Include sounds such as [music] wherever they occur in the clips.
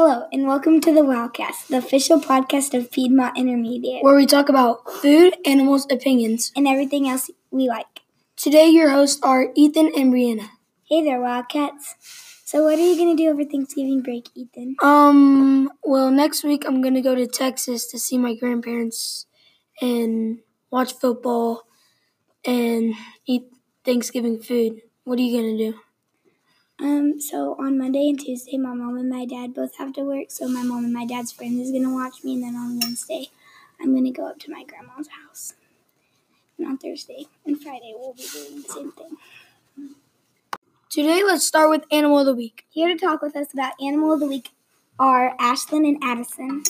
Welcome to the Wildcast, the official podcast of Piedmont Intermediate, where we talk about food, animals, opinions. and everything else we like. Today, your hosts are Ethan and Brianna. Hey there, Wildcats. So, what are you going to do over Thanksgiving break, Ethan? Um, well, next week I'm going to go to Texas to see my grandparents and watch football and eat Thanksgiving food. What are you going to do? Um, so on Monday and Tuesday, my mom and my dad both have to work, so my mom and my dad's friend is gonna watch me, and then on Wednesday, I'm gonna go up to my grandma's house. And on Thursday and Friday, we'll be doing the same thing. Today, let's start with Animal of the Week. Here to talk with us about Animal of the Week are Ashlyn and Addison.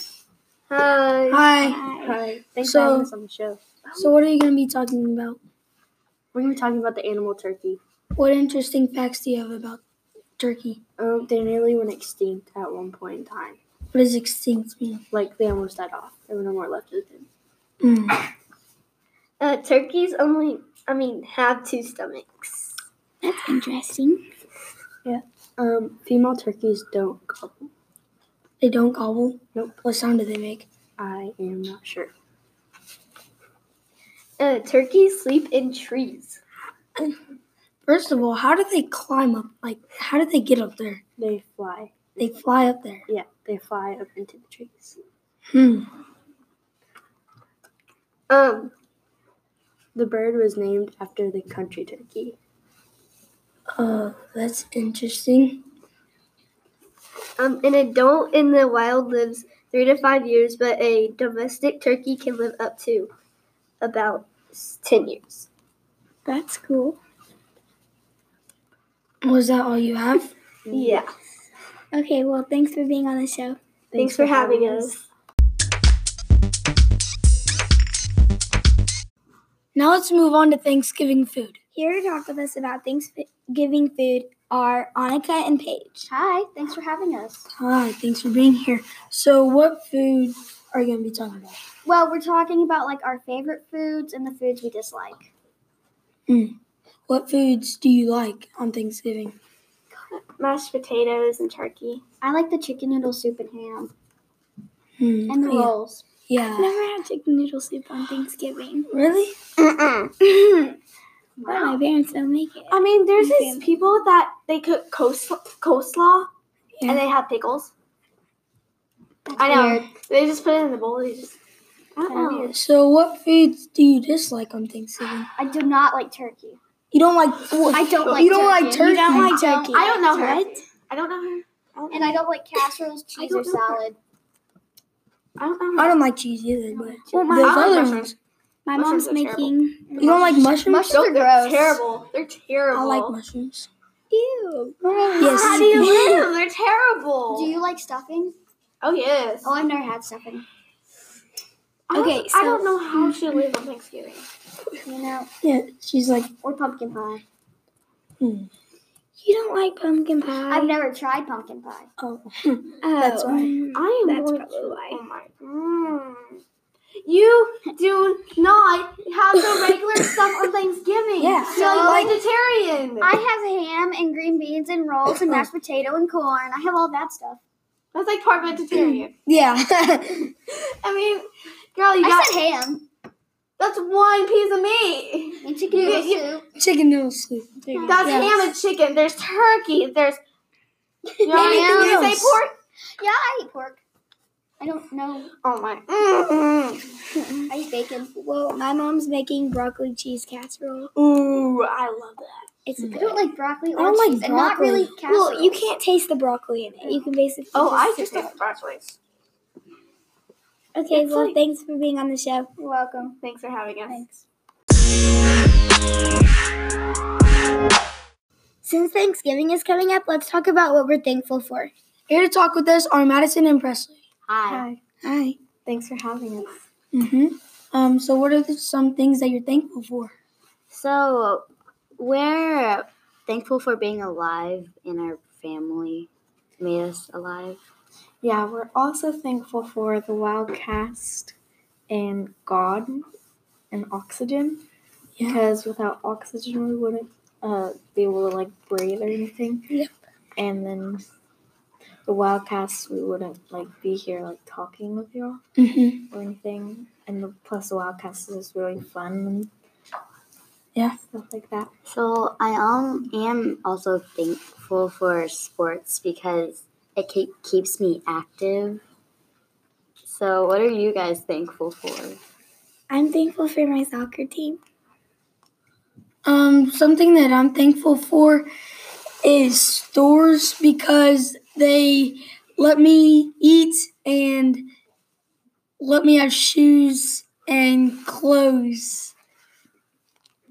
Hi. Hi. Hi. Thanks So- for having us on the show. So, what are you going to be talking about? We're going to be talking about the animal turkey. What interesting facts do you have about turkey? Um, they nearly went extinct at one point in time. What does extinct mean? Like, they almost died off. There were no more left of them. Mm. Uh, turkeys only, I mean, have two stomachs. That's interesting. Um, female turkeys don't gobble. They don't gobble? Nope. What sound do they make? I am not sure. Uh, turkeys sleep in trees. First of all, how do they climb up? Like, how do they get up there? They fly. They fly up there. Yeah, they fly up into the trees. Hmm. Um, The bird was named after the country turkey. Uh, that's interesting. um, an adult in the wild lives three to five years, but a domestic turkey can live up to about s- 10 years. That's cool. Was that all you have? Yeah. Okay, well, thanks for being on the show. Thanks, for having us. Now let's move on to Thanksgiving food. Here to talk with us about Thanksgiving food are Annika and Paige. Hi. Thanks for having us. Hi, thanks for being here. So, what food are you going to be talking about? Well, we're talking about like our favorite foods and the foods we dislike. What foods do you like on Thanksgiving? Mashed potatoes and turkey. I like the chicken noodle soup and ham Hmm. Oh, yeah. rolls. Yeah. Never had chicken noodle soup on Thanksgiving. Really? But my parents don't make it. I mean, there's these Family. people that they cook coleslaw, coleslaw Yeah. and they have pickles. I know. They just put it in the bowl. They just. I don't know. So, what foods do you dislike on Thanksgiving? I do not like turkey. You don't like. I don't like You don't like turkey. You don't like turkey. I don't know her. What? I don't know her. and I don't like casseroles, cheese, or don't know her. salad. I don't know her. I don't like cheese either, but Well, my those mom- other mushrooms. ones. My mom's Mushrooms are terrible. making. You don't like mushrooms? Mushrooms Nope, are they're gross. terrible. They're terrible. I like mushrooms. Ew. Yes. How do you [laughs] live? They're terrible. Do you like stuffing? Oh yes. Oh, I've never had stuffing. I don't- Okay, I so- don't know how she lived on Thanksgiving. You know, Yeah, she's like, or pumpkin pie. You don't like pumpkin pie. I've never tried pumpkin pie. oh, oh. that's why. I am That's going probably to. why. Oh my. Mm. You do not have the regular stuff on Thanksgiving. Yeah. You're like So- vegetarian. I have ham and green beans and rolls and mashed potato and corn. I have all that stuff. That's like part vegetarian. yeah. [laughs] I mean, girl, you I got said ham that's one piece of meat. and chicken You noodle get- soup. Chicken noodle soup. That's Yeah. ham and chicken. There's turkey. There's [laughs] you know, Anything you say else? pork. Yeah, I eat pork. I don't know. Oh my. mm-hmm. Mm-mm. I eat bacon. Well, my mom's making broccoli cheese casserole. Ooh, I love that. It's I good. don't like broccoli or I don't like cheese, and not broccoli. really casseroles. well, you can't taste the broccoli in it. You can basically. Oh, I sip just it. ate broccoli. Okay, it's well, like- thanks for being on the show. You're welcome. Thanks for having us. Thanks. Since Thanksgiving is coming up, let's talk about what we're thankful for. Here to talk with us are Madison and Presley. Hi. Hi. Thanks for having us. Mm-hmm. Um, so what are the, some things that you're thankful for? So, we're thankful for being alive and our family made us alive. Yeah, we're also thankful for the Wildcast and God and oxygen Yeah. because without oxygen we wouldn't uh, be able to like breathe or anything. Yep. And then the wild cast, we wouldn't like be here like talking with y'all Mm-hmm. or anything. And the, plus, the wild cast is just really fun and Yeah. stuff like that. So I um, am also thankful for sports because it ke- keeps me active. So what are you guys thankful for? I'm thankful for my soccer team. Um, something that I'm thankful for is stores because they let me eat and let me have shoes and clothes.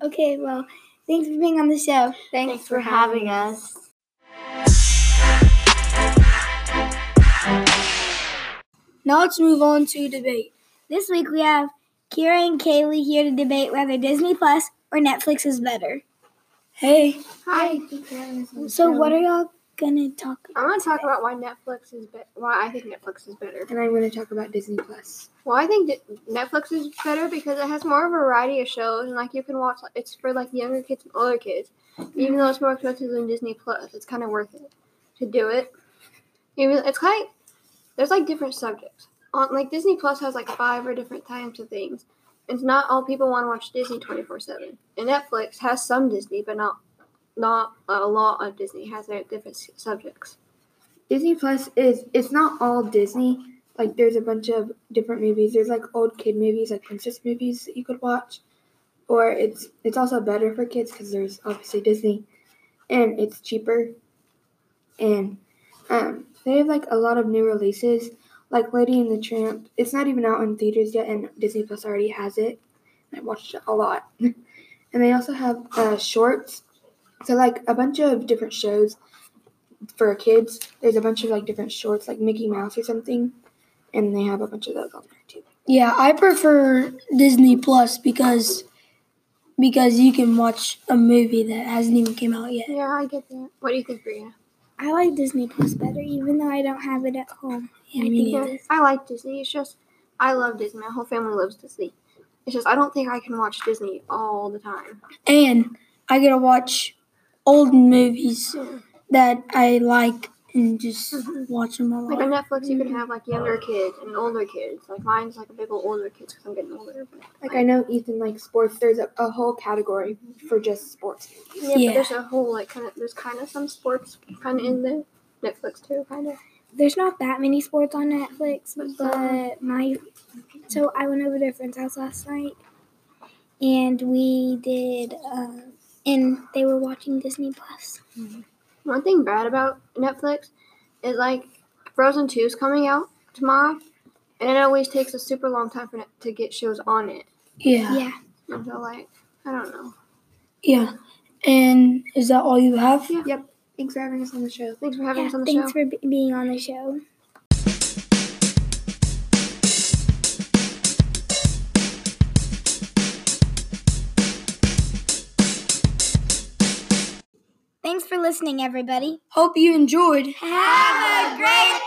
Okay, well, thanks for being on the show. Thanks, for having us. Now let's move on to debate. This week we have Kira and Kaylee here to debate whether Disney Plus or Netflix is better. Hey, Hi. So, what are y'all gonna talk about? I'm going to talk about why Netflix is be- why I think Netflix is better. And I'm going to talk about Disney Plus. Well, I think that Netflix is better because it has more variety of shows, and like you can watch. It's for like younger kids and older kids. Even though it's more expensive than Disney Plus, it's kind of worth it to do it. Even it's kind there's like different subjects. On like Disney Plus has like five or different types of things. It's not all people want to watch Disney twenty four seven. And Netflix has some Disney, but not not a lot of Disney. It has their different s- subjects. Disney Plus is it's not all Disney. Like there's a bunch of different movies. There's like old kid movies, like princess movies that you could watch, or it's it's also better for kids because there's obviously Disney, and it's cheaper, and um, they have like a lot of new releases, like Lady and the Tramp. It's not even out in theaters yet, and Disney Plus already has it. I watched it a lot, [laughs] and they also have uh, shorts. So like a bunch of different shows for kids, there's a bunch of like different shorts, like Mickey Mouse or something, and they have a bunch of those on there too. Yeah, I prefer Disney Plus because because you can watch a movie that hasn't even came out yet. Yeah, I get that. What do you think, Brianna? I like Disney Plus better, even though I don't have it at home. I I mean, think Yeah, I like Disney. It's just I love Disney. My whole family loves Disney. It's just I don't think I can watch Disney all the time. And I gotta watch old movies that I like and just watch them a Mm-hmm. Like on lot. Netflix, you can have like younger kids and older kids. Like mine's like a big old older kids because I'm getting older. But, Like I know Ethan likes sports. There's a, a whole category for just sports. yeah, Yeah. but there's a whole like kind of there's kind of some sports kind of in the Netflix too, kind of. there's not that many sports on Netflix, but my so I went over to a friend's house last night, and we did, uh, and they were watching Disney Plus. One thing bad about Netflix is like Frozen Two is coming out tomorrow, and it always takes a super long time for it to get shows on it. Yeah, Yeah, And so like I don't know. yeah. And is that all you have? Yeah. Thanks for having us on the show. Thanks for having yeah us on the thanks show. for be- being on the show. Thanks for listening, everybody. Hope you enjoyed. Have a great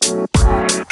Thanksgiving!